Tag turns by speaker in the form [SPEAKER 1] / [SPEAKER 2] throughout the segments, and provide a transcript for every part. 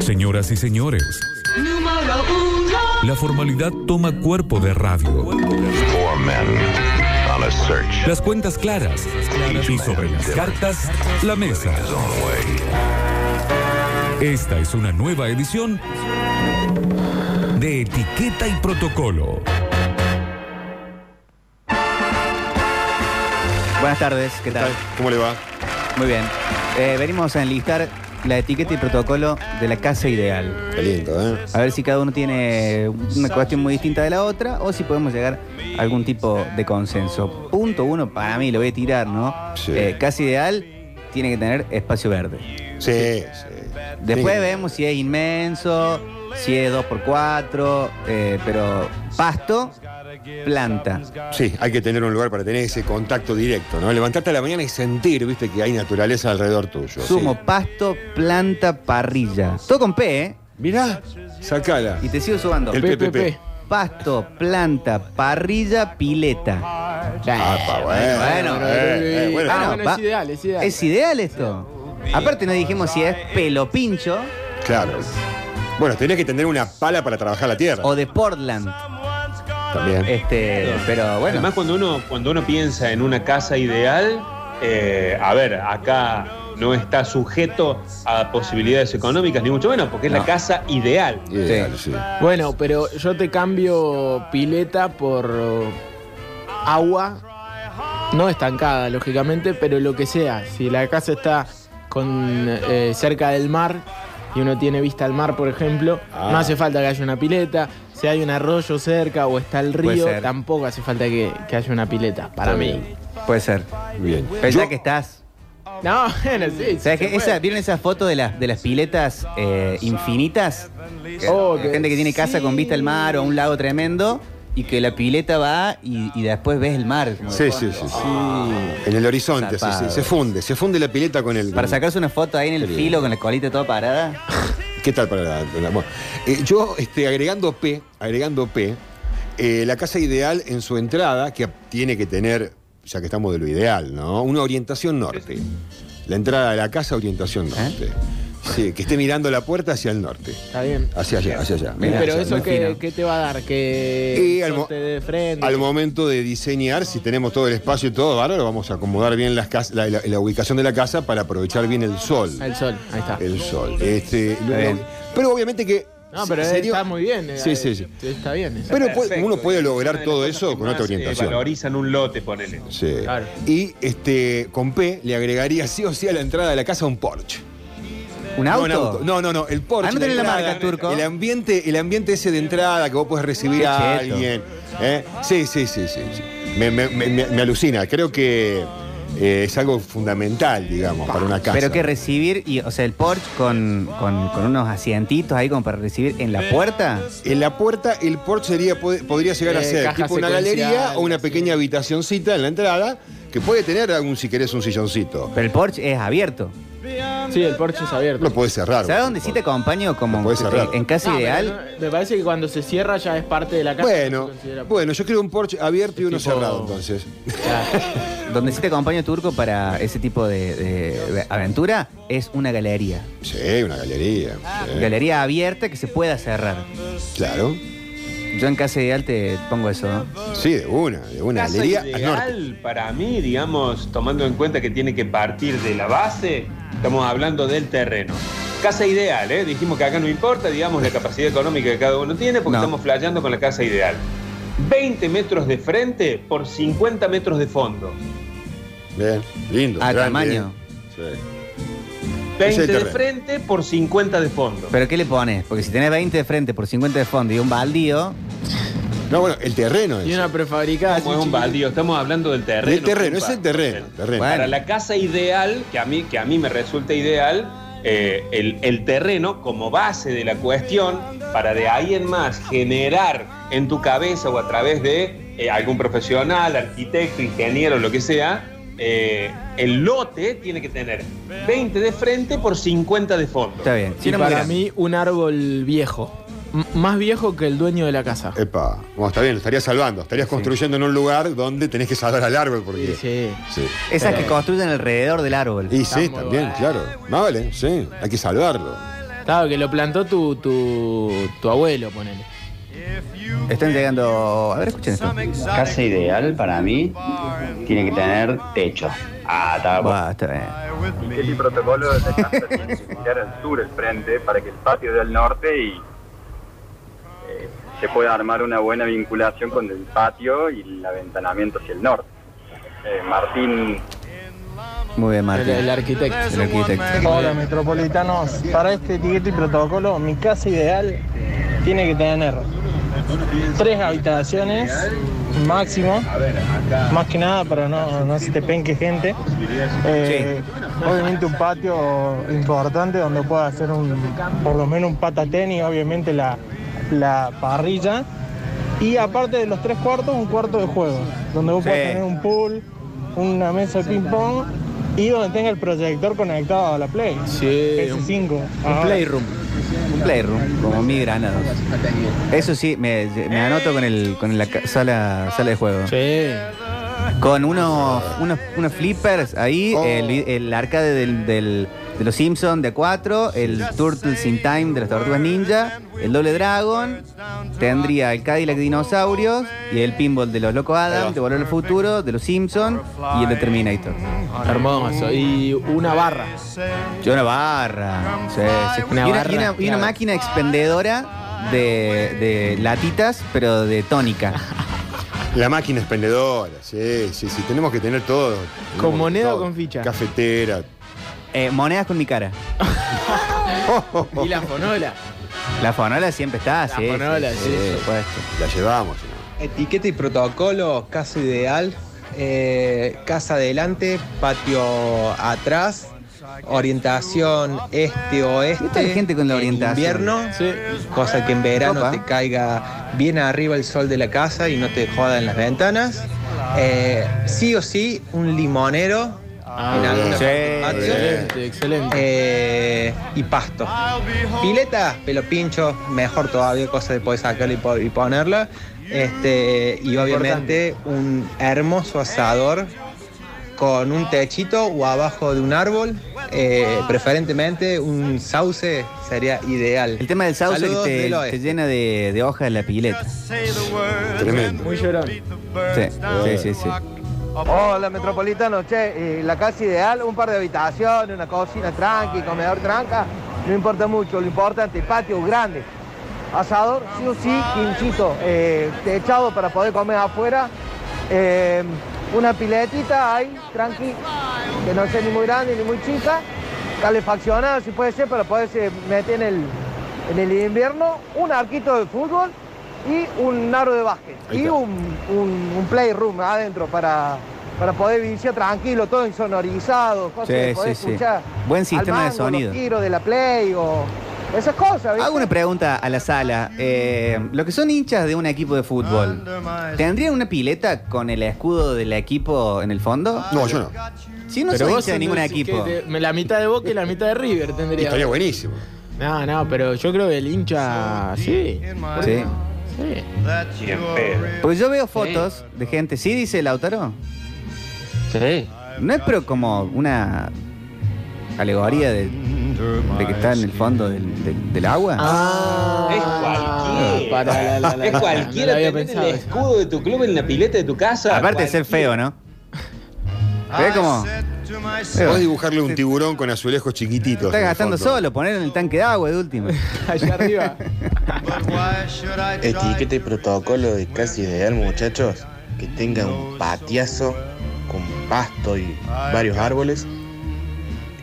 [SPEAKER 1] Señoras y señores,
[SPEAKER 2] Número uno.
[SPEAKER 1] la formalidad toma cuerpo de radio.
[SPEAKER 3] Four men on a search.
[SPEAKER 1] Las cuentas claras y sobre las cartas, la mesa. Esta es una nueva edición de Etiqueta y Protocolo.
[SPEAKER 4] Buenas tardes, ¿qué tal?
[SPEAKER 5] ¿Cómo le va?
[SPEAKER 4] Muy bien. Eh, venimos a enlistar la etiqueta y protocolo de la casa ideal.
[SPEAKER 5] Qué lindo, ¿eh?
[SPEAKER 4] A ver si cada uno tiene una cuestión muy distinta de la otra o si podemos llegar a algún tipo de consenso. Punto uno, para mí lo voy a tirar, ¿no?
[SPEAKER 5] Sí.
[SPEAKER 4] Eh, casa ideal tiene que tener espacio verde.
[SPEAKER 5] Sí, sí.
[SPEAKER 4] Después
[SPEAKER 5] Sí.
[SPEAKER 4] vemos si es inmenso, si es 2x4, eh, pero pasto, planta.
[SPEAKER 5] Sí, hay que tener un lugar para tener ese contacto directo, ¿no? Levantarte a la mañana y sentir, viste, que hay naturaleza alrededor tuyo.
[SPEAKER 4] Sumo,
[SPEAKER 5] sí.
[SPEAKER 4] pasto, planta, parrilla. Todo con P, ¿eh?
[SPEAKER 5] Mirá, sacala.
[SPEAKER 4] Y te sigo sumando.
[SPEAKER 5] El PPP.
[SPEAKER 4] Pasto, planta, parrilla, pileta.
[SPEAKER 5] Ah, pa, bueno.
[SPEAKER 4] Bueno,
[SPEAKER 5] eh, eh, bueno,
[SPEAKER 4] Ah,
[SPEAKER 5] no,
[SPEAKER 4] no, va-
[SPEAKER 6] es ideal, es ideal.
[SPEAKER 4] Es ideal esto. Aparte no dijimos si es pelo pincho
[SPEAKER 5] Claro. Bueno, tenés que tener una pala para trabajar la tierra.
[SPEAKER 4] o de Portland.
[SPEAKER 5] También.
[SPEAKER 4] Este, pero bueno.
[SPEAKER 7] Además, cuando uno, cuando uno piensa en una casa ideal, eh, a ver, acá no está sujeto a posibilidades económicas, ni mucho menos, porque es
[SPEAKER 4] No.
[SPEAKER 7] la casa ideal.
[SPEAKER 5] Ideal, sí.
[SPEAKER 6] Bueno, pero yo te cambio pileta por eh, agua, no estancada, lógicamente, pero lo que sea. Si la casa está con eh, cerca del mar y uno tiene vista al mar, por ejemplo,
[SPEAKER 5] Ah.
[SPEAKER 6] no hace falta que haya una pileta. Si hay un arroyo cerca o está el
[SPEAKER 4] Puede
[SPEAKER 6] río,
[SPEAKER 4] ser.
[SPEAKER 6] tampoco hace falta que, que haya una pileta, para
[SPEAKER 5] Está
[SPEAKER 6] mí.
[SPEAKER 5] bien.
[SPEAKER 4] Puede ser.
[SPEAKER 5] Bien.
[SPEAKER 4] Pero
[SPEAKER 5] Yo-
[SPEAKER 4] ya que estás.
[SPEAKER 6] No, bueno, sí. sí
[SPEAKER 4] ¿Sabes
[SPEAKER 6] se
[SPEAKER 4] qué? Esa,
[SPEAKER 6] puede.
[SPEAKER 4] ¿Vieron esas fotos de las, de las piletas eh, infinitas? Que-
[SPEAKER 6] Oh,
[SPEAKER 4] que
[SPEAKER 6] que-
[SPEAKER 4] gente que tiene casa con vista al mar o a un lago tremendo y que la pileta va y, y después ves el mar. como de
[SPEAKER 5] Sí,
[SPEAKER 4] fondo.
[SPEAKER 5] sí, sí, sí. En el horizonte, sí, sí,
[SPEAKER 4] Zarpado.
[SPEAKER 5] se funde, se funde la pileta con el.
[SPEAKER 4] Para sacarse una foto ahí en el
[SPEAKER 5] Qué bien.
[SPEAKER 4] filo con la colita toda parada.
[SPEAKER 5] ¿Qué tal para la, para la- bueno, eh, yo, este, agregando P, agregando P, eh, la casa ideal en su entrada, que tiene que tener, ya que estamos de lo ideal, ¿no? Una orientación norte. La entrada de la casa,
[SPEAKER 4] ¿Eh?
[SPEAKER 5] orientación norte. Sí, que esté mirando la puerta hacia el norte.
[SPEAKER 6] Está bien.
[SPEAKER 5] Hacia allá, hacia allá. Mirá,
[SPEAKER 6] pero
[SPEAKER 5] hacia
[SPEAKER 6] eso,
[SPEAKER 5] el
[SPEAKER 6] ¿qué,
[SPEAKER 4] fino.
[SPEAKER 6] qué te va a dar?
[SPEAKER 5] Y
[SPEAKER 6] Que
[SPEAKER 5] al mo-
[SPEAKER 6] te dé frente.
[SPEAKER 5] Al momento de diseñar, si tenemos todo el espacio y todo, ahora lo vamos a acomodar bien las cas- la, la- la ubicación de la casa para aprovechar bien el sol.
[SPEAKER 6] Al sol, ahí está.
[SPEAKER 5] El sol. Este, lo-
[SPEAKER 4] bien.
[SPEAKER 5] pero obviamente que.
[SPEAKER 6] No,
[SPEAKER 5] se-
[SPEAKER 6] pero
[SPEAKER 5] sería-
[SPEAKER 6] está muy bien. eh,
[SPEAKER 5] Sí, sí, sí.
[SPEAKER 6] Está bien. eso.
[SPEAKER 5] Pero pues, puede-
[SPEAKER 7] Perfecto.
[SPEAKER 5] uno puede lograr
[SPEAKER 7] Una de
[SPEAKER 5] todo
[SPEAKER 7] las cosas
[SPEAKER 5] eso
[SPEAKER 7] que
[SPEAKER 5] con otra
[SPEAKER 7] más, eh,
[SPEAKER 5] orientación.
[SPEAKER 7] valorizan un lote, ponele.
[SPEAKER 5] Sí.
[SPEAKER 6] Claro.
[SPEAKER 5] Y este, con P le agregaría sí o sí a la entrada de la casa un Porsche.
[SPEAKER 4] ¿Un
[SPEAKER 5] No,
[SPEAKER 4] auto?
[SPEAKER 5] un No, no, no, el Porsche.
[SPEAKER 4] Ah, no tenés la
[SPEAKER 5] entrada,
[SPEAKER 4] marca, Turco.
[SPEAKER 5] El ambiente, el ambiente ese de entrada que vos podés recibir
[SPEAKER 4] Qué
[SPEAKER 5] a
[SPEAKER 4] cheto.
[SPEAKER 5] alguien. ¿eh? Sí, sí, sí, sí. sí. Me, me- me- me- me alucina. Creo que eh, es algo fundamental, digamos, para una casa.
[SPEAKER 4] Pero que recibir, y, o sea, el Porsche con, con- con unos asientitos ahí como para recibir en la puerta.
[SPEAKER 5] En la puerta, el Porsche sería- pod- podría llegar a
[SPEAKER 6] Eh,
[SPEAKER 5] ser
[SPEAKER 6] caja
[SPEAKER 5] tipo una
[SPEAKER 6] secuencial,
[SPEAKER 5] galería o una
[SPEAKER 6] sí.
[SPEAKER 5] pequeña habitacioncita en la entrada que puede tener algún, si querés, un silloncito.
[SPEAKER 4] Pero el Porsche es abierto.
[SPEAKER 6] Sí, el porche es abierto.
[SPEAKER 5] Lo puedes cerrar.
[SPEAKER 4] ¿Sabes
[SPEAKER 5] por
[SPEAKER 4] dónde sí te
[SPEAKER 5] favor.
[SPEAKER 4] acompaño? Como
[SPEAKER 5] Lo podés cerrar.
[SPEAKER 4] en casa
[SPEAKER 6] No, pero
[SPEAKER 4] ideal.
[SPEAKER 6] no, me parece que cuando se cierra ya es parte de la casa.
[SPEAKER 5] Bueno,
[SPEAKER 6] no se considera-
[SPEAKER 5] bueno, yo quiero un Porsche abierto y uno
[SPEAKER 6] tipo-
[SPEAKER 5] cerrado, entonces.
[SPEAKER 4] Donde sí te acompaño turco para ese tipo de, de- de aventura es una galería.
[SPEAKER 5] Sí, una galería. sí,
[SPEAKER 4] Galería abierta que se pueda cerrar.
[SPEAKER 5] Claro.
[SPEAKER 4] Yo en casa ideal te pongo eso, ¿no?
[SPEAKER 5] Sí, de una, de una
[SPEAKER 7] casa
[SPEAKER 5] galería. al norte.
[SPEAKER 7] ideal para mí, digamos, tomando en cuenta que tiene que partir de la base, estamos hablando del terreno. Casa ideal, ¿eh? dijimos que acá no importa, digamos, la capacidad económica que cada uno tiene, porque
[SPEAKER 4] No.
[SPEAKER 7] estamos flayando con la casa ideal. 20 metros de frente por 50 metros de fondo.
[SPEAKER 5] Bien, lindo.
[SPEAKER 4] Ah,
[SPEAKER 5] grande,
[SPEAKER 4] tamaño.
[SPEAKER 5] ¿eh? Sí. Ese
[SPEAKER 7] 20
[SPEAKER 5] es el
[SPEAKER 7] de
[SPEAKER 5] terreno.
[SPEAKER 7] frente por 50 de fondo.
[SPEAKER 4] ¿Pero qué le pones? Porque si tenés 20 de frente por 50 de fondo y un baldío,
[SPEAKER 5] No, bueno, el terreno es.
[SPEAKER 6] Y una prefabricada. así
[SPEAKER 7] Como es un
[SPEAKER 6] chiquita.
[SPEAKER 7] baldío, estamos hablando del terreno.
[SPEAKER 5] Del terreno,
[SPEAKER 7] compa.
[SPEAKER 5] es el terreno. el terreno.
[SPEAKER 4] Bueno.
[SPEAKER 7] Para la casa ideal, que a mí, que a mí me resulta ideal, eh, el, el terreno como base de la cuestión, para de ahí en más generar en tu cabeza o a través de eh, algún profesional, arquitecto, ingeniero, lo que sea, eh, el lote tiene que tener 20 de frente por 50 de fondo.
[SPEAKER 4] está bien.
[SPEAKER 6] Y
[SPEAKER 4] Si no, muy
[SPEAKER 6] para
[SPEAKER 4] grande.
[SPEAKER 6] mí, un árbol viejo. M- más viejo que el dueño de la casa.
[SPEAKER 5] Epa, bueno, está bien, lo estarías salvando. Estarías construyendo en un lugar donde tenés que salvar al árbol porque.
[SPEAKER 6] Sí, sí.
[SPEAKER 5] Sí.
[SPEAKER 4] Esas que construyen alrededor del árbol.
[SPEAKER 5] Y
[SPEAKER 6] Eh. Está
[SPEAKER 5] sí,
[SPEAKER 6] muy
[SPEAKER 5] también,
[SPEAKER 6] bueno.
[SPEAKER 5] claro. Más Vale, sí, hay que salvarlo.
[SPEAKER 6] Claro, que lo plantó tu, tu, tu abuelo, ponele.
[SPEAKER 4] Están llegando. A ver, escuchen esto.
[SPEAKER 8] Casa ideal para mí tiene que tener techo. Ah, está
[SPEAKER 4] Buah, está bien.
[SPEAKER 9] Miguel y protocolo de la casa tiene que mirar al sur el frente para que el patio dé al norte y eh, se pueda armar una buena vinculación con el patio y el aventanamiento hacia el norte. Eh, Martín
[SPEAKER 4] Muy bien,
[SPEAKER 6] El,
[SPEAKER 4] Martín.
[SPEAKER 6] el arquitecto.
[SPEAKER 4] El arquitecto.
[SPEAKER 10] Hola metropolitanos, para este etiqueta y protocolo mi casa ideal tiene que tener tres habitaciones máximo, más que nada para no, no se te penque gente. Eh, Obviamente un patio importante donde pueda hacer un, por lo menos un patatén y obviamente la, la parrilla. Y aparte de los tres cuartos, un cuarto de juego, donde vos
[SPEAKER 4] Sí.
[SPEAKER 10] puedas tener un pool, una mesa de ping-pong y donde tenga el proyector conectado a la Play.
[SPEAKER 6] Sí, un,
[SPEAKER 10] PS5.
[SPEAKER 6] un
[SPEAKER 10] ahora.
[SPEAKER 6] playroom.
[SPEAKER 4] Un playroom, como mi granados. Eso sí, me, me anoto con, el, con la ca- sala, sala de juego.
[SPEAKER 6] Sí.
[SPEAKER 4] Con unos, unos, unos flippers ahí,
[SPEAKER 5] Oh.
[SPEAKER 4] el, el arcade del, del- de los Simpsons de 4, el Turtles in Time de las Tortugas Ninja, el Doble Dragon, tendría el Cadillac de Dinosaurios y el Pinball de los Locos Adam, de Volver al Futuro, de los Simpsons y el de Terminator.
[SPEAKER 6] Ah, Hermoso. Y una barra.
[SPEAKER 4] Yo una barra. sí, sí.
[SPEAKER 6] Una
[SPEAKER 4] y, una,
[SPEAKER 6] barra,
[SPEAKER 4] y una- y una
[SPEAKER 6] claro.
[SPEAKER 4] máquina expendedora de, de latitas, pero de tónica.
[SPEAKER 5] La máquina expendedora, sí, sí, sí. Tenemos que tener todo. Tenemos
[SPEAKER 6] ¿Con moneda o
[SPEAKER 5] todo.
[SPEAKER 6] con ficha?
[SPEAKER 5] Cafetera.
[SPEAKER 4] Eh, monedas con mi cara.
[SPEAKER 6] Y la fonola.
[SPEAKER 4] La fonola siempre está,
[SPEAKER 6] La
[SPEAKER 4] sí. sí, Pues,
[SPEAKER 6] fonola, sí.
[SPEAKER 4] por supuesto.
[SPEAKER 5] La llevamos. ¿no?
[SPEAKER 11] Etiqueta y protocolo, casa ideal, eh, casa adelante, patio atrás, orientación
[SPEAKER 4] ¿Qué tal
[SPEAKER 11] este-oeste.
[SPEAKER 4] gente con la
[SPEAKER 11] en
[SPEAKER 4] orientación?
[SPEAKER 11] Invierno,
[SPEAKER 6] Sí.
[SPEAKER 11] cosa que en verano
[SPEAKER 4] Copa.
[SPEAKER 11] te caiga bien arriba el sol de la casa y no te joda en las ventanas. Eh, sí o sí, un limonero en
[SPEAKER 6] Ah,
[SPEAKER 11] alguna
[SPEAKER 5] sí,
[SPEAKER 11] parte del patio.
[SPEAKER 6] excelente, excelente.
[SPEAKER 11] Eh, y pasto. Pileta, pelo pincho, mejor todavía, cosa de poder sacarla y, po- y ponerla. Este, y obviamente un hermoso asador con un techito o abajo de un árbol, eh, preferentemente un sauce sería ideal.
[SPEAKER 4] El tema del sauce
[SPEAKER 11] Saludos este.
[SPEAKER 4] que te,
[SPEAKER 11] del
[SPEAKER 4] te
[SPEAKER 11] oeste.
[SPEAKER 4] llena de, de hojas la pileta.
[SPEAKER 5] Tremendo.
[SPEAKER 6] Muy llorón.
[SPEAKER 4] Sí, sí, sí, sí.
[SPEAKER 10] Hola metropolitano, che, eh, la casa ideal, un par de habitaciones, una cocina tranqui, comedor tranca, no importa mucho, lo importante, patio grande, asador, sí o sí, quinchito, eh, techado para poder comer afuera, eh, una piletita ahí, tranqui, que no sea ni muy grande ni muy chica, calefaccionada si puede ser, para poderse meter en el, en el invierno, un arquito de fútbol y un aro de básquet.
[SPEAKER 5] Ahí
[SPEAKER 10] Y
[SPEAKER 5] está.
[SPEAKER 10] un, un, un playroom adentro para, para poder vivir tranquilo, todo insonorizado, cosas
[SPEAKER 4] Sí,
[SPEAKER 10] que podés
[SPEAKER 4] sí, sí.
[SPEAKER 10] escuchar.
[SPEAKER 4] Buen
[SPEAKER 10] al
[SPEAKER 4] sistema de
[SPEAKER 10] mango,
[SPEAKER 4] sonido.
[SPEAKER 10] Los tiros de la play o esas cosas, ¿viste?
[SPEAKER 4] Hago una pregunta a la sala. Eh, lo que son hinchas de un equipo de fútbol, ¿tendrían una pileta con el escudo del equipo en el fondo?
[SPEAKER 5] No, yo no.
[SPEAKER 4] Si no soy hincha de ningún
[SPEAKER 6] entonces,
[SPEAKER 4] equipo.
[SPEAKER 6] ¿qué te- la mitad de Boca y la mitad de River tendría.
[SPEAKER 5] Estaría buenísimo.
[SPEAKER 6] No, no, pero yo creo que el hincha. Sí.
[SPEAKER 4] Sí.
[SPEAKER 6] sí.
[SPEAKER 7] Ni en pedo.
[SPEAKER 4] Porque yo veo fotos de gente. ¿Sí dice Lautaro?
[SPEAKER 6] Sí.
[SPEAKER 4] No es pero como una alegoría de, de que está en el fondo del, del- del agua.
[SPEAKER 6] Ah,
[SPEAKER 7] Es cualquiera.
[SPEAKER 6] Para, la, la, la,
[SPEAKER 7] es
[SPEAKER 6] la,
[SPEAKER 7] cualquiera
[SPEAKER 6] no lo había
[SPEAKER 7] tener
[SPEAKER 6] pensado
[SPEAKER 7] el
[SPEAKER 6] eso.
[SPEAKER 7] escudo de tu club en la pileta de tu casa.
[SPEAKER 4] Aparte de ser feo, ¿no? ¿Ves cómo?
[SPEAKER 6] Eh,
[SPEAKER 4] Feo.
[SPEAKER 5] Podés dibujarle un tiburón con azulejos chiquititos.
[SPEAKER 4] Está
[SPEAKER 5] en el
[SPEAKER 4] gastando
[SPEAKER 5] fondo.
[SPEAKER 4] solo, poner en el tanque de agua de última.
[SPEAKER 6] Allá arriba.
[SPEAKER 5] Este.
[SPEAKER 10] Etiqueta
[SPEAKER 11] y protocolo Este de casi ideal, muchachos, que tenga un patiazo con pasto y varios árboles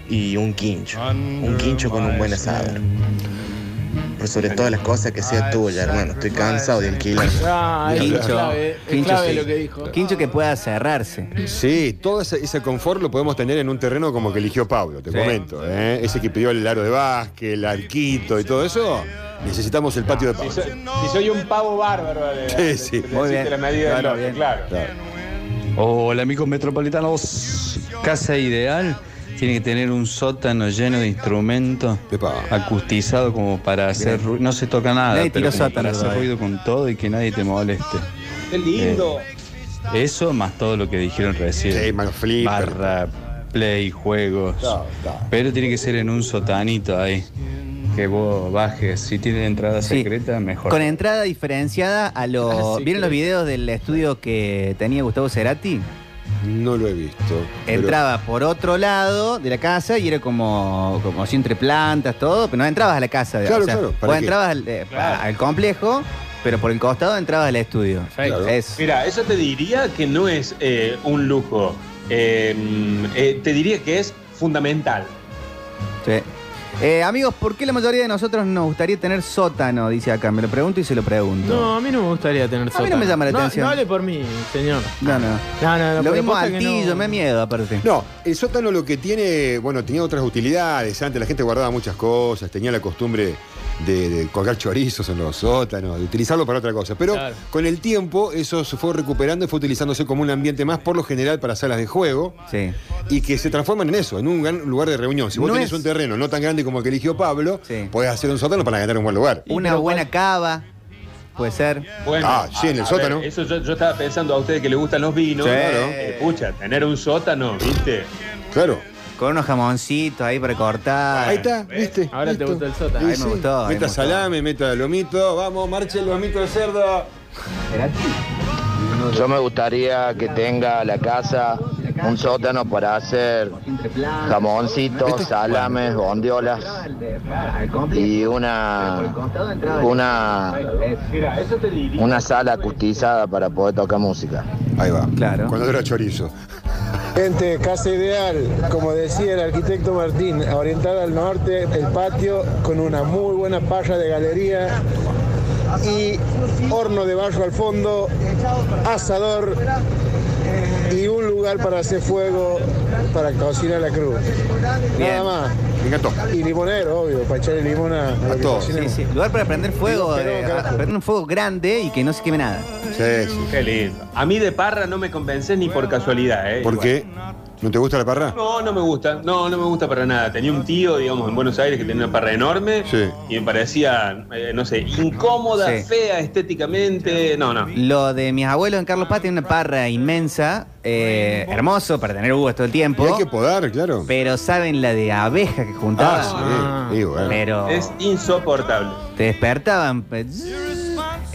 [SPEAKER 11] y un quincho, un quincho con un buen asador. Pero sobre todas las cosas que sea tuya, hermano, estoy cansado de alquilar.
[SPEAKER 6] Ah, eso es
[SPEAKER 4] Quincho.
[SPEAKER 6] clave. Es
[SPEAKER 4] Quincho,
[SPEAKER 6] clave
[SPEAKER 4] sí.
[SPEAKER 6] lo que dijo.
[SPEAKER 4] Quincho que pueda cerrarse.
[SPEAKER 5] Sí, todo ese, ese confort lo podemos tener en un terreno como el que eligió Pablo, te
[SPEAKER 4] Sí.
[SPEAKER 5] comento. ¿eh? Ese que pidió el aro de básquet, el arquito y todo eso. Necesitamos el patio de
[SPEAKER 7] Si
[SPEAKER 5] Pablo.
[SPEAKER 7] soy, si soy un pavo bárbaro, de-
[SPEAKER 5] Sí,
[SPEAKER 7] de-
[SPEAKER 5] sí.
[SPEAKER 7] de-
[SPEAKER 4] Muy
[SPEAKER 7] decirte
[SPEAKER 4] bien.
[SPEAKER 7] la medida
[SPEAKER 4] Claro,
[SPEAKER 7] del norte,
[SPEAKER 4] bien.
[SPEAKER 7] claro.
[SPEAKER 5] Claro.
[SPEAKER 11] Hola amigos metropolitanos, casa ideal tiene que tener un sótano lleno de instrumentos
[SPEAKER 5] Epa.
[SPEAKER 11] acustizado como para hacer ruido, no se toca nada,
[SPEAKER 4] Nadie tiró
[SPEAKER 11] pero como
[SPEAKER 4] sótano,
[SPEAKER 11] para hacer
[SPEAKER 4] todavía.
[SPEAKER 11] ruido con todo y que nadie te moleste.
[SPEAKER 7] Qué lindo.
[SPEAKER 11] Eso más todo lo que dijeron recién.
[SPEAKER 5] Sí, mano flipper.
[SPEAKER 11] Barra, play, juegos.
[SPEAKER 5] Claro, claro.
[SPEAKER 11] Pero tiene que ser en un sotanito ahí.
[SPEAKER 12] que vos bajes. Si tiene entrada
[SPEAKER 4] Sí.
[SPEAKER 12] secreta, mejor.
[SPEAKER 4] Con entrada diferenciada a los.
[SPEAKER 5] Ah,
[SPEAKER 12] Así
[SPEAKER 4] ¿Vieron los
[SPEAKER 12] que-
[SPEAKER 4] videos del estudio que tenía Gustavo Cerati?
[SPEAKER 5] No lo he visto. pero-
[SPEAKER 4] Entraba por otro lado de la casa y era como, como así entre plantas, todo, pero no entrabas a la casa.
[SPEAKER 5] Claro,
[SPEAKER 4] o sea,
[SPEAKER 5] claro, ¿para
[SPEAKER 4] Vos
[SPEAKER 5] qué?
[SPEAKER 4] entrabas al, eh, al complejo, pero por el costado entrabas al estudio. Es-
[SPEAKER 7] Mira, eso te diría que no es eh, un lujo. Eh, eh, te diría que es fundamental.
[SPEAKER 4] sí. Eh, amigos, ¿por qué la mayoría de nosotros nos gustaría tener sótano? Dice acá, me lo pregunto y se lo pregunto.
[SPEAKER 6] No, a mí no me gustaría tener
[SPEAKER 4] A mí no me llama la
[SPEAKER 6] No,
[SPEAKER 4] atención.
[SPEAKER 6] No hable por mí, señor.
[SPEAKER 4] No, no.
[SPEAKER 6] No, no, no.
[SPEAKER 4] Lo
[SPEAKER 6] pero
[SPEAKER 4] mismo
[SPEAKER 6] posta que
[SPEAKER 4] altillo,
[SPEAKER 6] no-
[SPEAKER 4] me da miedo aparte.
[SPEAKER 5] No, el sótano lo que tiene, bueno, tenía otras utilidades. Antes la gente guardaba muchas cosas, tenía la costumbre de, de colgar chorizos en los sótanos, de utilizarlo para otra cosa. Pero
[SPEAKER 6] Claro.
[SPEAKER 5] con el tiempo eso se fue recuperando y fue utilizándose como un ambiente más, por lo general, para salas de juego.
[SPEAKER 4] Sí.
[SPEAKER 5] Y que se transforman en eso, en un gran lugar de reunión. Si vos
[SPEAKER 4] No
[SPEAKER 5] tenés
[SPEAKER 4] es-
[SPEAKER 5] un terreno no tan grande como el que eligió Pablo,
[SPEAKER 4] Sí.
[SPEAKER 5] podés hacer un sótano para ganar un buen lugar.
[SPEAKER 4] Una buena cava, puede ser.
[SPEAKER 7] Bueno,
[SPEAKER 5] Ah, sí, en el
[SPEAKER 7] a- a
[SPEAKER 5] sótano.
[SPEAKER 7] ver, eso yo, yo estaba pensando a ustedes que les gustan los vinos.
[SPEAKER 5] Sí.
[SPEAKER 7] Eh, pucha, tener un sótano, ¿viste?
[SPEAKER 5] Claro.
[SPEAKER 4] Con unos jamoncitos ahí para cortar.
[SPEAKER 5] Ahí está, ¿viste?
[SPEAKER 6] Ahora te
[SPEAKER 5] Listo.
[SPEAKER 6] gusta el sótano.
[SPEAKER 4] Ahí me gustó, ahí me
[SPEAKER 5] Meta
[SPEAKER 4] gustó.
[SPEAKER 5] salame, meta lomito. Vamos, marche el lomito de cerdo.
[SPEAKER 13] Yo me gustaría que tenga la casa un sótano para hacer jamoncitos, salames, bondiolas y una una una sala acustizada para poder tocar música.
[SPEAKER 5] Ahí va.
[SPEAKER 4] Claro.
[SPEAKER 5] Cuando era chorizo.
[SPEAKER 14] Gente, casa ideal, como decía el arquitecto Martín, orientada al norte, el patio con una muy buena parra de galería y horno debajo al fondo, asador y un lugar para hacer fuego para cocinar la cruz.
[SPEAKER 4] Bien.
[SPEAKER 14] Nada más.
[SPEAKER 5] Me encantó.
[SPEAKER 14] Y limonero, obvio, para echarle limón a, a lo que
[SPEAKER 5] todo.
[SPEAKER 14] cocinemos.
[SPEAKER 4] Sí, sí. Lugar para prender fuego,
[SPEAKER 14] Digo, pero,
[SPEAKER 4] eh,
[SPEAKER 14] carajo.
[SPEAKER 4] prender un fuego grande y que no se queme nada.
[SPEAKER 5] Sí, sí.
[SPEAKER 7] Qué lindo. A mí de parra no me convences ni por casualidad, ¿eh?
[SPEAKER 5] ¿Por
[SPEAKER 7] Igual.
[SPEAKER 5] qué? ¿No te gusta la parra?
[SPEAKER 7] No, no me gusta. No, no me gusta para nada. Tenía un tío, digamos, en Buenos Aires que tenía una parra enorme
[SPEAKER 5] Sí.
[SPEAKER 7] y me parecía, eh, no sé, incómoda,
[SPEAKER 4] Sí.
[SPEAKER 7] fea estéticamente. No, no.
[SPEAKER 4] Lo de mis abuelos en Carlos Paz tiene una parra inmensa, eh, hermoso para tener uvas todo el
[SPEAKER 5] Y hay
[SPEAKER 4] tiempo.
[SPEAKER 5] que podar, claro.
[SPEAKER 4] Pero saben la de abeja que juntaba.
[SPEAKER 5] Ah, sí. Y bueno.
[SPEAKER 4] Pero
[SPEAKER 7] Es insoportable.
[SPEAKER 4] te despertaban. pe-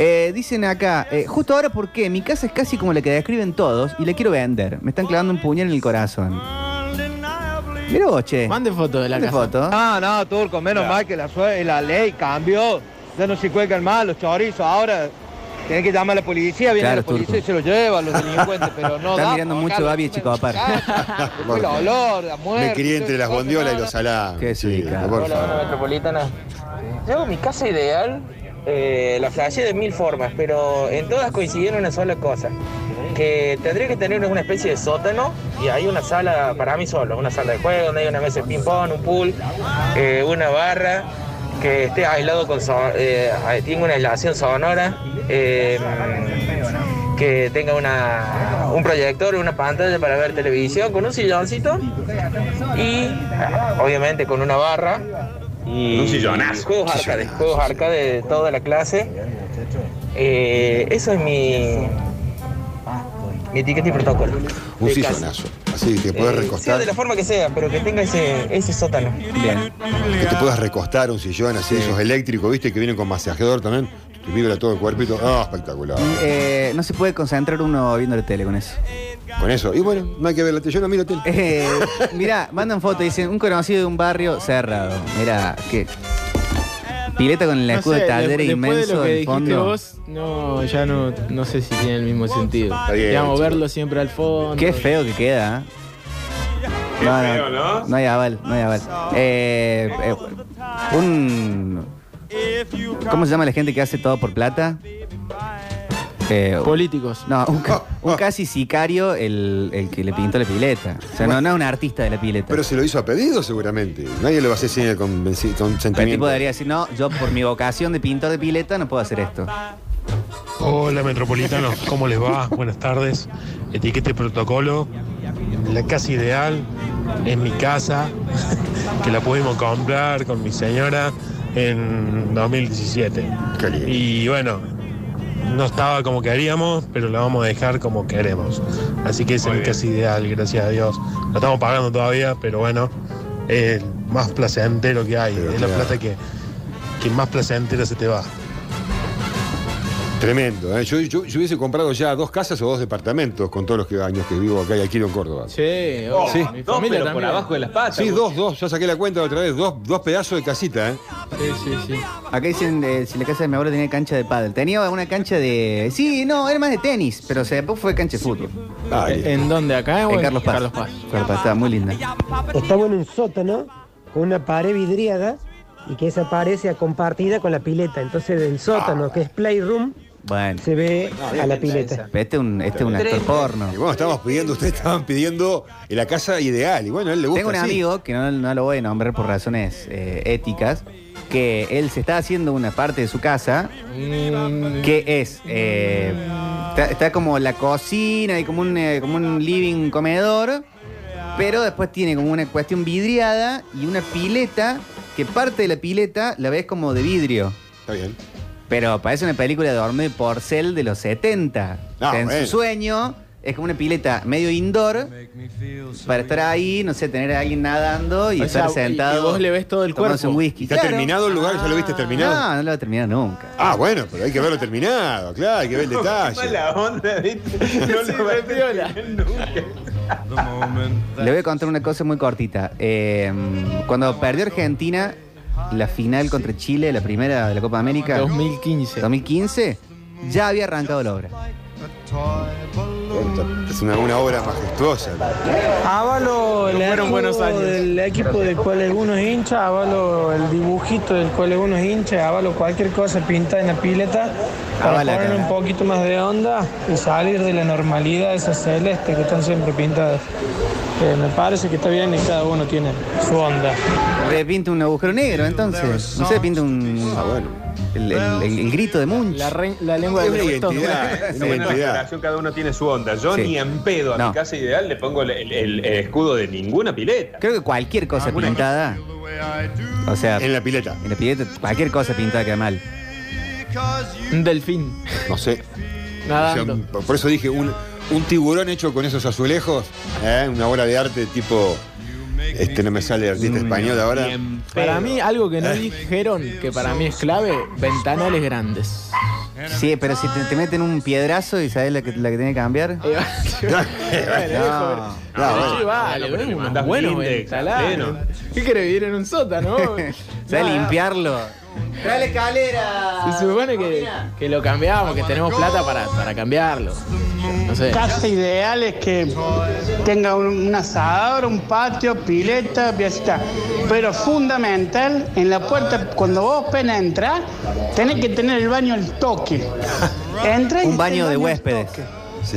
[SPEAKER 4] Eh, dicen acá, eh, justo ahora por qué, mi casa es casi como la que describen todos y la quiero vender. Me están clavando un puñal en el corazón. Mira vos, che.
[SPEAKER 6] Mande foto de la
[SPEAKER 4] Mande
[SPEAKER 6] casa.
[SPEAKER 4] foto.
[SPEAKER 10] Ah, no, Turco, menos mal que la, sue- la ley cambió. Ya no se cuelgan más los chorizos. Ahora tienen que llamar a la policía, viene
[SPEAKER 4] Claro,
[SPEAKER 10] la policía
[SPEAKER 4] Turco.
[SPEAKER 10] y se los lleva a los delincuentes, pero no
[SPEAKER 4] Ah, Están
[SPEAKER 10] da,
[SPEAKER 4] mirando
[SPEAKER 10] por
[SPEAKER 4] mucho
[SPEAKER 10] acá,
[SPEAKER 4] Babi y
[SPEAKER 10] la-
[SPEAKER 4] Chicopar.
[SPEAKER 10] Después el olor, la muerte.
[SPEAKER 5] Me crié entre las bondiolas y los salames.
[SPEAKER 4] Qué suicada.
[SPEAKER 5] por favor.
[SPEAKER 15] metropolitana. Yo hago mi casa ideal, eh, la flasheé de mil formas, pero en todas coincidieron en una sola cosa. Que tendría que tener una especie de sótano y hay una sala para mí solo, una sala de juego donde hay una mesa de ping-pong, un pool, eh, una barra, que esté aislado con. so- eh, tenga una aislación sonora. eh, que tenga una, un proyector, una pantalla para ver televisión, con un silloncito y ah, obviamente con una barra y
[SPEAKER 7] Un sillonazo.
[SPEAKER 15] juegos arcade, juegos arcade de toda la clase. Eh, eso es mi mi etiqueta y protocolo.
[SPEAKER 5] Un
[SPEAKER 15] de casa.
[SPEAKER 5] sillonazo. Así que te puedes
[SPEAKER 15] Eh, sea
[SPEAKER 5] recostar.
[SPEAKER 15] de la forma que sea, pero que tenga ese, ese sótano.
[SPEAKER 4] Bien.
[SPEAKER 5] Que te puedas recostar un sillón así, esos eléctricos, ¿viste? Que vienen con masajeador también. Te vibra todo el cuerpito. Ah, espectacular.
[SPEAKER 4] Eh, no se puede concentrar uno viendo la tele con eso.
[SPEAKER 5] Con eso. Y bueno, no hay que ver la tele. Yo no miro tele.
[SPEAKER 4] Eh, mirá, mandan foto, dicen un conocido de un barrio cerrado. Mirá, que. Pileta con el
[SPEAKER 6] No
[SPEAKER 4] escudo
[SPEAKER 6] sé,
[SPEAKER 4] de Taldera
[SPEAKER 6] de- después de
[SPEAKER 4] inmenso
[SPEAKER 6] lo que
[SPEAKER 4] en
[SPEAKER 6] dijiste
[SPEAKER 4] fondo.
[SPEAKER 6] vos, no, ya no, no sé si tiene el mismo sentido.
[SPEAKER 5] bien,
[SPEAKER 6] Digamos,
[SPEAKER 5] chico.
[SPEAKER 6] verlo siempre al fondo.
[SPEAKER 4] Qué feo que queda.
[SPEAKER 7] Qué feo, ¿no?
[SPEAKER 4] No hay aval, no hay aval. Eh, eh, un. ¿Cómo se llama la gente que hace todo por plata? Eh,
[SPEAKER 6] Políticos.
[SPEAKER 4] no, un, ca- un casi sicario el, el que le pintó la pileta. O sea, no, no es un artista de la pileta.
[SPEAKER 5] Pero se lo hizo a pedido seguramente. Nadie lo va a hacer sin el convenci-
[SPEAKER 4] Pero el tipo
[SPEAKER 5] consentimiento.
[SPEAKER 4] debería decir, no, yo por mi vocación de pintor de pileta no puedo hacer esto.
[SPEAKER 16] Hola metropolitanos, ¿cómo les va? Buenas tardes. Etiquete protocolo. La casa ideal es mi casa, que la pudimos comprar con mi señora en 2017.
[SPEAKER 5] Qué lindo.
[SPEAKER 16] Y bueno, no estaba como queríamos, pero la vamos a dejar como queremos. Así que esa es mi casa ideal, gracias a Dios. La estamos pagando todavía, pero bueno, es el más placentero que hay.
[SPEAKER 5] Pero
[SPEAKER 16] es la
[SPEAKER 5] claro.
[SPEAKER 16] plata que que más placentera se te va.
[SPEAKER 5] Tremendo, ¿eh? yo, yo- yo hubiese comprado ya dos casas o dos departamentos con todos los que- años que vivo acá y aquí en Córdoba.
[SPEAKER 6] Sí,
[SPEAKER 7] Oh,
[SPEAKER 5] Sí.
[SPEAKER 7] mi
[SPEAKER 6] No, pero
[SPEAKER 7] familia también.
[SPEAKER 6] por abajo
[SPEAKER 7] de las patas.
[SPEAKER 5] Sí, dos, dos, ya saqué la cuenta otra vez, dos, dos pedazos de casita, ¿eh?
[SPEAKER 6] Sí, sí, sí.
[SPEAKER 4] Acá dicen, eh, si la casa de mi abuelo tenía cancha de pádel. Tenía una cancha de... Sí, no, era más de tenis, pero se después fue cancha de fútbol.
[SPEAKER 7] Ah.
[SPEAKER 6] ¿En dónde? ¿Acá o
[SPEAKER 4] Eh, En Carlos Paz.
[SPEAKER 6] Carlos Paz.
[SPEAKER 4] Carlos Paz, estaba muy linda.
[SPEAKER 17] Estamos en un sótano con una pared vidriada y que esa pared sea compartida con la pileta. Entonces del sótano, que es playroom,
[SPEAKER 4] Bueno.
[SPEAKER 17] se ve a la pileta.
[SPEAKER 4] Pero Este es un, este es un actor porno.
[SPEAKER 5] Y bueno, estamos pidiendo, ustedes estaban pidiendo la casa ideal. Y bueno, a él le gusta.
[SPEAKER 4] Tengo un
[SPEAKER 5] así.
[SPEAKER 4] amigo, que no, no lo voy a nombrar por razones eh, éticas, que él se está haciendo una parte de su casa que es... eh, está, está como la cocina y como un, eh, como un living comedor, pero después tiene como una cuestión vidriada y una pileta que parte de la pileta la ves como de vidrio.
[SPEAKER 5] Está bien.
[SPEAKER 4] Pero parece una película de Orme Porcel de los 70.
[SPEAKER 5] Ah,
[SPEAKER 4] O sea, en
[SPEAKER 5] bueno.
[SPEAKER 4] su sueño es como una pileta medio indoor para estar ahí, no sé, tener a alguien nadando y
[SPEAKER 6] O
[SPEAKER 4] estar
[SPEAKER 6] sea, y-
[SPEAKER 4] sentado.
[SPEAKER 6] y vos le ves todo el
[SPEAKER 4] tomándose
[SPEAKER 6] cuerpo.
[SPEAKER 4] un whisky.
[SPEAKER 5] ¿Está terminado el lugar? ¿Ya lo viste terminado?
[SPEAKER 4] No, no lo va a terminar nunca.
[SPEAKER 5] Ah, bueno, pero hay que verlo terminado, claro, hay que ver el detalle.
[SPEAKER 7] La onda, ¿viste? No lo va a tener nunca.
[SPEAKER 4] Le voy a contar una cosa muy cortita. Eh, cuando perdió Argentina la final contra Chile, la primera de la Copa América.
[SPEAKER 6] 2015.
[SPEAKER 4] 2015, ya había arrancado la obra.
[SPEAKER 5] Es una, una obra majestuosa.
[SPEAKER 17] Avalo el
[SPEAKER 5] Fueron
[SPEAKER 17] archivo
[SPEAKER 5] buenos años.
[SPEAKER 17] del equipo del cual algunos hinchas, avalo el dibujito del cual algunos hinchas, avalo cualquier cosa pintada en la pileta para
[SPEAKER 4] Avala,
[SPEAKER 17] poner
[SPEAKER 4] cara.
[SPEAKER 17] un poquito más de onda y salir de la normalidad de esas celestes que están siempre pintadas. Eh, me parece que está bien y cada uno tiene su onda.
[SPEAKER 4] Le Eh, pinta un agujero negro, entonces. No sé, pinta un. Ah, bueno. El, el- el- el grito de Munch.
[SPEAKER 6] La, re- la lengua
[SPEAKER 5] Es
[SPEAKER 6] de
[SPEAKER 5] una
[SPEAKER 6] Gastón.
[SPEAKER 5] identidad, es una
[SPEAKER 7] Según la
[SPEAKER 5] identidad.
[SPEAKER 7] declaración, cada uno tiene su onda. Yo
[SPEAKER 4] Sí.
[SPEAKER 7] ni en pedo a
[SPEAKER 4] No.
[SPEAKER 7] mi casa ideal le pongo el, el- el escudo de ninguna pileta.
[SPEAKER 4] Creo que cualquier cosa pintada. O sea.
[SPEAKER 5] En la pileta.
[SPEAKER 4] En la pileta, cualquier cosa pintada queda mal.
[SPEAKER 6] Un delfín.
[SPEAKER 5] No sé. O sea,
[SPEAKER 6] Nadando.
[SPEAKER 5] un- por eso dije, un, un tiburón hecho con esos azulejos, ¿eh? una obra de arte tipo. Este no me sale el
[SPEAKER 4] Mm,
[SPEAKER 5] artista español ahora.
[SPEAKER 6] Para mí, algo que
[SPEAKER 7] Eh.
[SPEAKER 6] no dijeron, que para mí es clave, ventanales grandes.
[SPEAKER 4] Sí, pero si te, te meten un piedrazo y sabes la que, la que tiene que cambiar.
[SPEAKER 6] Eh, va-
[SPEAKER 4] No.
[SPEAKER 5] No, bueno.
[SPEAKER 6] Sí, vale,
[SPEAKER 7] Bueno, pero
[SPEAKER 6] bueno,
[SPEAKER 7] le mandás
[SPEAKER 6] bueno,
[SPEAKER 7] blindex,
[SPEAKER 6] ventanales.
[SPEAKER 7] pleno.
[SPEAKER 6] ¿Qué quiere vivir en un sótano?
[SPEAKER 4] ¿Sabes
[SPEAKER 6] Nada.
[SPEAKER 4] limpiarlo? Trae la escalera.
[SPEAKER 6] Se supone que, que lo cambiamos, que tenemos plata para, para cambiarlo. No sé.
[SPEAKER 18] Casa ideal es que tenga un, un asador, un patio, pileta, piecita. Pero fundamental, en la puerta, cuando vos apenas entrar, tenés que tener el baño al toque. Entra y está
[SPEAKER 4] Un
[SPEAKER 18] el
[SPEAKER 4] baño de
[SPEAKER 18] al
[SPEAKER 4] huéspedes.
[SPEAKER 18] toque.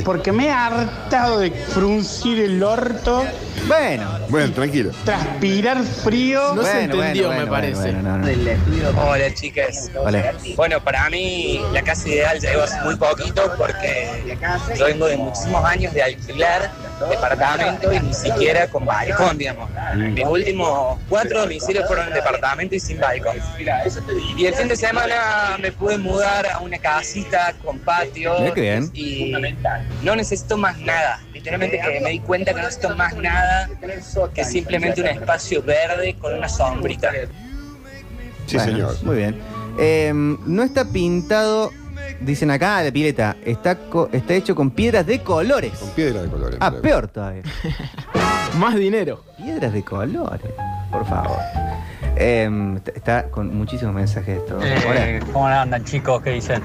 [SPEAKER 18] Porque me he hartado de fruncir el orto,
[SPEAKER 4] Bueno.
[SPEAKER 5] Bueno, tranquilo.
[SPEAKER 18] transpirar frío.
[SPEAKER 6] No se
[SPEAKER 4] Bueno,
[SPEAKER 6] entendió,
[SPEAKER 4] bueno,
[SPEAKER 6] me
[SPEAKER 4] bueno,
[SPEAKER 6] parece.
[SPEAKER 4] bueno, no, no.
[SPEAKER 19] Hola chicas.
[SPEAKER 4] Hola.
[SPEAKER 19] Bueno, para mí la casa ideal llegó hace muy poquito porque yo vengo de muchísimos años de alquilar departamento y ni siquiera con balcón, digamos. Mis últimos cuatro domicilios fueron en departamento y sin balcón. Y el fin de semana me pude mudar a una casita con patio
[SPEAKER 4] Mira qué bien.
[SPEAKER 19] y no necesito más nada. Literalmente que me di cuenta que no necesito más nada que simplemente un espacio verde con una sombrita.
[SPEAKER 5] Sí,
[SPEAKER 4] Bueno,
[SPEAKER 5] señor.
[SPEAKER 4] Muy bien. Eh, no está pintado, dicen acá, de pileta. Está, co- está hecho con piedras de colores.
[SPEAKER 5] Con piedra de colores.
[SPEAKER 4] Ah, peor todavía.
[SPEAKER 6] Más dinero.
[SPEAKER 4] Piedras de colores, por favor. Em, está- está con muchísimos mensajes esto.
[SPEAKER 20] Eh,
[SPEAKER 4] Hola.
[SPEAKER 20] ¿Cómo andan chicos? ¿Qué dicen?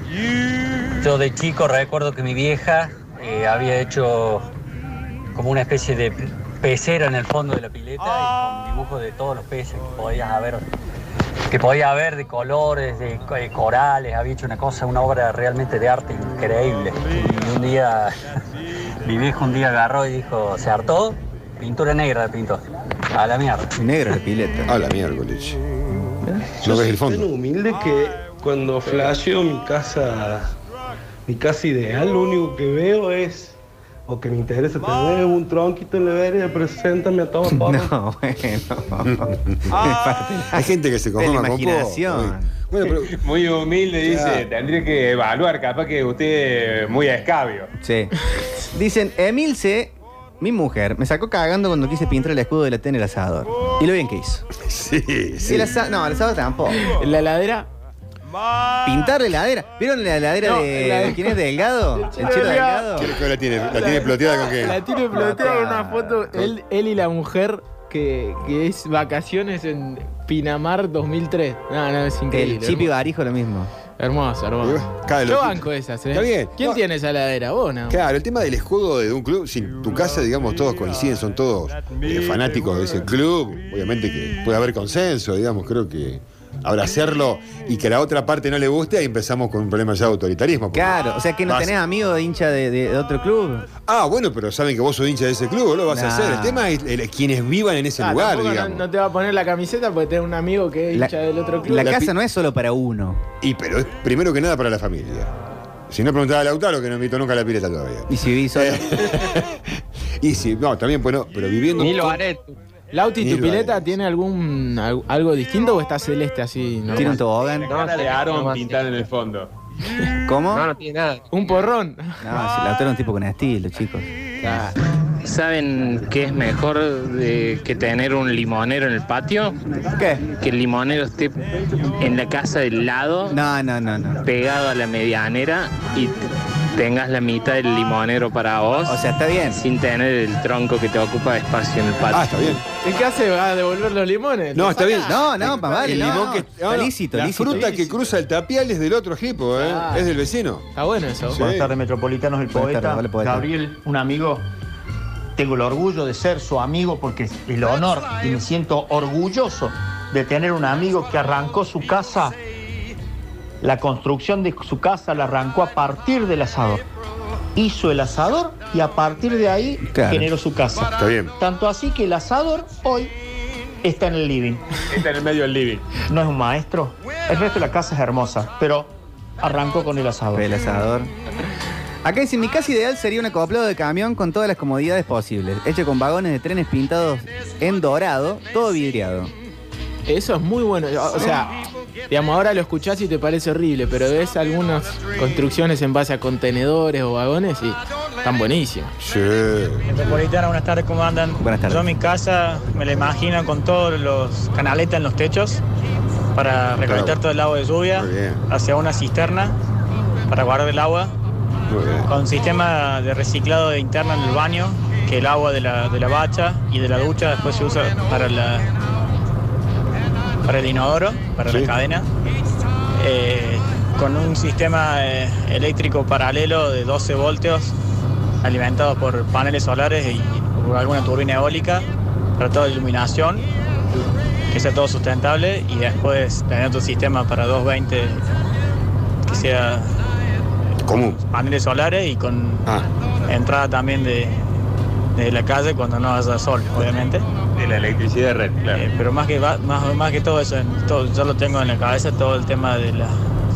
[SPEAKER 20] Yo de chico recuerdo que mi vieja eh, había hecho como una especie de pecera en el fondo de la pileta y con dibujos de todos los peces que podías haber, que podía haber de colores, de, co- de corales, había hecho una cosa, una obra realmente de arte increíble. Y un día, mi viejo un día agarró y dijo, se hartó, pintura negra pintó, a la mierda.
[SPEAKER 4] Negro la pileta. ¿Eh?
[SPEAKER 5] A la miércoles.
[SPEAKER 21] Yo
[SPEAKER 5] No
[SPEAKER 21] soy
[SPEAKER 5] ves el
[SPEAKER 21] tan
[SPEAKER 5] fondo.
[SPEAKER 21] humilde que cuando flasheo mi casa, mi casa ideal, lo único que veo es, o que me interesa tener, es un tronquito en la vereda, preséntame a todos.
[SPEAKER 4] No, bueno.
[SPEAKER 6] Ah.
[SPEAKER 5] Hay gente que se conforma con poco.
[SPEAKER 4] imaginación.
[SPEAKER 7] Muy humilde dice,
[SPEAKER 5] Ya.
[SPEAKER 7] tendría que evaluar, capaz que usted es muy a escabio.
[SPEAKER 4] Sí. Dicen, Emilce, mi mujer, me sacó cagando cuando quise pintar el escudo de la T en el asador. Y lo bien que hizo.
[SPEAKER 5] Sí, sí.
[SPEAKER 4] El asa- no, el asador tampoco.
[SPEAKER 6] En la heladera,
[SPEAKER 4] Pintar la heladera. ¿Vieron la heladera
[SPEAKER 5] No,
[SPEAKER 4] de,
[SPEAKER 5] la de-
[SPEAKER 4] ¿Quién es? ¿Delgado? ¿El
[SPEAKER 6] Chelo
[SPEAKER 4] chelo
[SPEAKER 6] Delgado.
[SPEAKER 4] delgado?
[SPEAKER 5] ¿Qué la tiene? ¿La tiene ploteada con qué?
[SPEAKER 6] La tiene planteada en una foto, él, él y la mujer, que, que es vacaciones en Pinamar 2003. No, no, es increíble.
[SPEAKER 4] El Chipi
[SPEAKER 6] hermoso.
[SPEAKER 4] Barijo lo mismo.
[SPEAKER 6] Hermoso, hermoso.
[SPEAKER 5] Claro,
[SPEAKER 6] Yo
[SPEAKER 5] lo-
[SPEAKER 6] banco esas, ¿eh?
[SPEAKER 5] Está bien.
[SPEAKER 6] ¿Quién
[SPEAKER 5] No.
[SPEAKER 6] tiene esa heladera? Vos, no.
[SPEAKER 5] Claro, el tema del escudo de un club, si en tu casa, digamos, todos coinciden, son todos eh, fanáticos de ese club, obviamente que puede haber consenso, digamos, creo que ahora hacerlo y que la otra parte no le guste, ahí empezamos con un problema ya de autoritarismo. porque
[SPEAKER 4] Claro, o sea que no
[SPEAKER 5] vas-
[SPEAKER 4] tenés amigo de hincha de, de- de otro club.
[SPEAKER 5] Ah, bueno, pero saben que vos sos hincha de ese club, vos lo vas a
[SPEAKER 4] Nah.
[SPEAKER 5] hacer. El tema es el- quienes vivan en ese
[SPEAKER 6] Ah,
[SPEAKER 5] lugar,
[SPEAKER 6] tampoco no-
[SPEAKER 5] digamos.
[SPEAKER 6] No, te va a poner la camiseta porque tenés un amigo que es
[SPEAKER 5] La-
[SPEAKER 6] hincha del otro club.
[SPEAKER 5] la La casa pi-
[SPEAKER 4] No es solo para uno.
[SPEAKER 5] Y pero es primero que nada para la familia. Si no preguntaba a Lautaro, que no invitó nunca a la pileta todavía. Eh,
[SPEAKER 4] Y si vivís solo.
[SPEAKER 5] y si, no, también, bueno, pero viviendo.
[SPEAKER 6] Ni lo
[SPEAKER 5] con-
[SPEAKER 6] haré. Lauti,
[SPEAKER 5] Ni
[SPEAKER 6] ¿tu
[SPEAKER 5] lo
[SPEAKER 6] pileta tiene algún al- algo distinto o está celeste así?
[SPEAKER 4] ¿Tiene un tobogán?
[SPEAKER 7] La cara de Aaron
[SPEAKER 6] nomás.
[SPEAKER 7] pintada en el fondo.
[SPEAKER 4] ¿Cómo?
[SPEAKER 6] No,
[SPEAKER 4] No,
[SPEAKER 6] no tiene nada. Un porrón.
[SPEAKER 4] si Lautaro es un tipo con estilo, chicos.
[SPEAKER 2] ¿Saben qué es mejor de- que tener un limonero en el patio?
[SPEAKER 4] ¿Qué?
[SPEAKER 2] Que el limonero esté en la casa del lado.
[SPEAKER 4] No, no, no, no.
[SPEAKER 2] Pegado a la medianera y t- tengas la mitad del limonero para vos. O
[SPEAKER 4] sea, está bien.
[SPEAKER 2] Sin tener el tronco que te ocupa espacio en el patio.
[SPEAKER 5] Ah, está bien.
[SPEAKER 6] ¿Y qué hace? ¿Va a devolver los limones?
[SPEAKER 5] No, está bien.
[SPEAKER 4] No, no, más vale,
[SPEAKER 5] El
[SPEAKER 4] no,
[SPEAKER 5] limón
[SPEAKER 4] no,
[SPEAKER 5] que
[SPEAKER 4] está
[SPEAKER 5] no, no,
[SPEAKER 4] lícito,
[SPEAKER 5] La
[SPEAKER 4] lícito.
[SPEAKER 5] fruta que cruza el tapial es del otro equipo, ¿eh?
[SPEAKER 22] Ah.
[SPEAKER 5] Es del vecino.
[SPEAKER 6] Está bueno eso.
[SPEAKER 5] Sí.
[SPEAKER 22] Buenas tardes, Metropolitanos, el
[SPEAKER 5] Buenas
[SPEAKER 22] poeta.
[SPEAKER 5] tardes, vale, poeta.
[SPEAKER 22] Gabriel, un amigo. Tengo el orgullo de ser su amigo porque es el honor y me siento orgulloso de tener un amigo que arrancó su casa, la construcción de su casa la arrancó a partir del asador. Hizo el asador y a partir de ahí
[SPEAKER 5] Claro.
[SPEAKER 22] generó su casa.
[SPEAKER 5] Está bien.
[SPEAKER 22] Tanto así que el asador hoy está en el living.
[SPEAKER 7] Está en el medio del living.
[SPEAKER 22] No es un maestro. El resto de la casa es hermosa, pero arrancó con el asador.
[SPEAKER 4] El asador. Acá dice, mi casa ideal sería un acoplado de camión con todas las comodidades posibles, hecho con vagones de trenes pintados en dorado, todo vidriado.
[SPEAKER 6] Eso es muy bueno. O o sea, digamos, ahora lo escuchás y te parece horrible, pero ves algunas construcciones en base a contenedores o vagones y están buenísimas.
[SPEAKER 23] Metropolitana, buenas tardes, ¿cómo andan?
[SPEAKER 6] Buenas tardes.
[SPEAKER 23] Yo en mi casa me la imagino con todos los canaletas en los techos para recolectar
[SPEAKER 5] Claro.
[SPEAKER 23] todo el agua de lluvia
[SPEAKER 5] Muy bien.
[SPEAKER 23] hacia una cisterna para guardar el agua
[SPEAKER 5] Muy bien.
[SPEAKER 23] con sistema de reciclado de interna en el baño que el agua de la, de la bacha y de la ducha después se usa para la para el inodoro, para
[SPEAKER 5] Sí.
[SPEAKER 23] la cadena Eh, con un sistema eh, eléctrico paralelo de 12 voltios alimentado por paneles solares y por alguna turbina eólica para toda la iluminación, que sea todo sustentable y después tener otro sistema para 220 que sea
[SPEAKER 5] común.
[SPEAKER 23] Paneles solares y con
[SPEAKER 5] Ah.
[SPEAKER 23] entrada también de, de la calle cuando no haya sol, obviamente.
[SPEAKER 7] De la electricidad red, claro.
[SPEAKER 23] Eh, pero más que va- más, más que todo eso, en todo- yo lo tengo en la cabeza todo el tema de la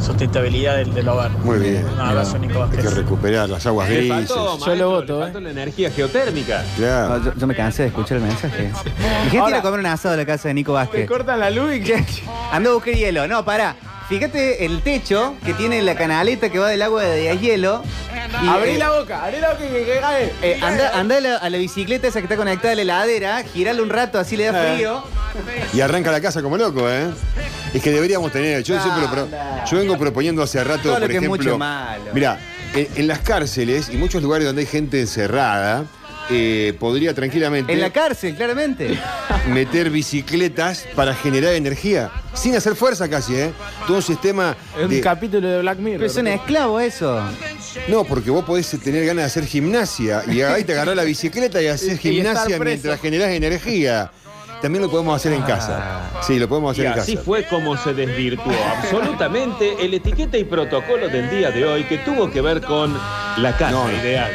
[SPEAKER 23] sustentabilidad del, del hogar.
[SPEAKER 5] Muy bien.
[SPEAKER 23] Un abrazo, Nico
[SPEAKER 5] Hay
[SPEAKER 23] Vázquez.
[SPEAKER 5] que recuperar las aguas
[SPEAKER 7] Le
[SPEAKER 5] grises.
[SPEAKER 7] faltó, maestro,
[SPEAKER 6] lo
[SPEAKER 7] le faltó la energía geotérmica.
[SPEAKER 5] Claro.
[SPEAKER 4] No, yo, yo me cansé de escuchar el mensaje. Mi gente ir a comer un asado a la casa de Nico Vázquez.
[SPEAKER 6] cortan la luz y que...
[SPEAKER 4] Ando a buscar hielo. No, pará. Fíjate el techo que tiene la canaleta que va del agua de a hielo. Y,
[SPEAKER 6] abrí
[SPEAKER 4] eh,
[SPEAKER 6] la boca, abrí la boca y que que cae.
[SPEAKER 4] eh, anda, anda a, la, a la bicicleta esa que está conectada a la heladera, girala un rato, así le da
[SPEAKER 5] Eh.
[SPEAKER 4] frío.
[SPEAKER 5] Y arranca la casa como loco, ¿eh? Es que deberíamos tener. Yo, siempre lo pro- yo vengo proponiendo hace rato,
[SPEAKER 4] Todo lo
[SPEAKER 5] por
[SPEAKER 4] que es
[SPEAKER 5] ejemplo.
[SPEAKER 4] mucho malo.
[SPEAKER 5] Mira, en, en las cárceles y muchos lugares donde hay gente encerrada, eh, podría tranquilamente.
[SPEAKER 4] En la cárcel, claramente.
[SPEAKER 5] meter bicicletas para generar energía, sin hacer fuerza casi, ¿eh? Todo un sistema.
[SPEAKER 6] Es un
[SPEAKER 5] de-
[SPEAKER 6] capítulo de Black Mirror.
[SPEAKER 5] Pero es un
[SPEAKER 4] esclavo eso.
[SPEAKER 5] No, porque vos podés tener ganas de hacer gimnasia y ahí te agarrás la bicicleta y haces
[SPEAKER 6] Y- y estar
[SPEAKER 5] gimnasia
[SPEAKER 6] preso.
[SPEAKER 5] mientras generás energía. También lo podemos hacer en casa. Sí, lo podemos
[SPEAKER 7] Y
[SPEAKER 5] hacer en
[SPEAKER 7] así
[SPEAKER 5] casa.
[SPEAKER 7] fue como se desvirtuó absolutamente el etiqueta y protocolo del día de hoy que tuvo que ver con la casa ideal.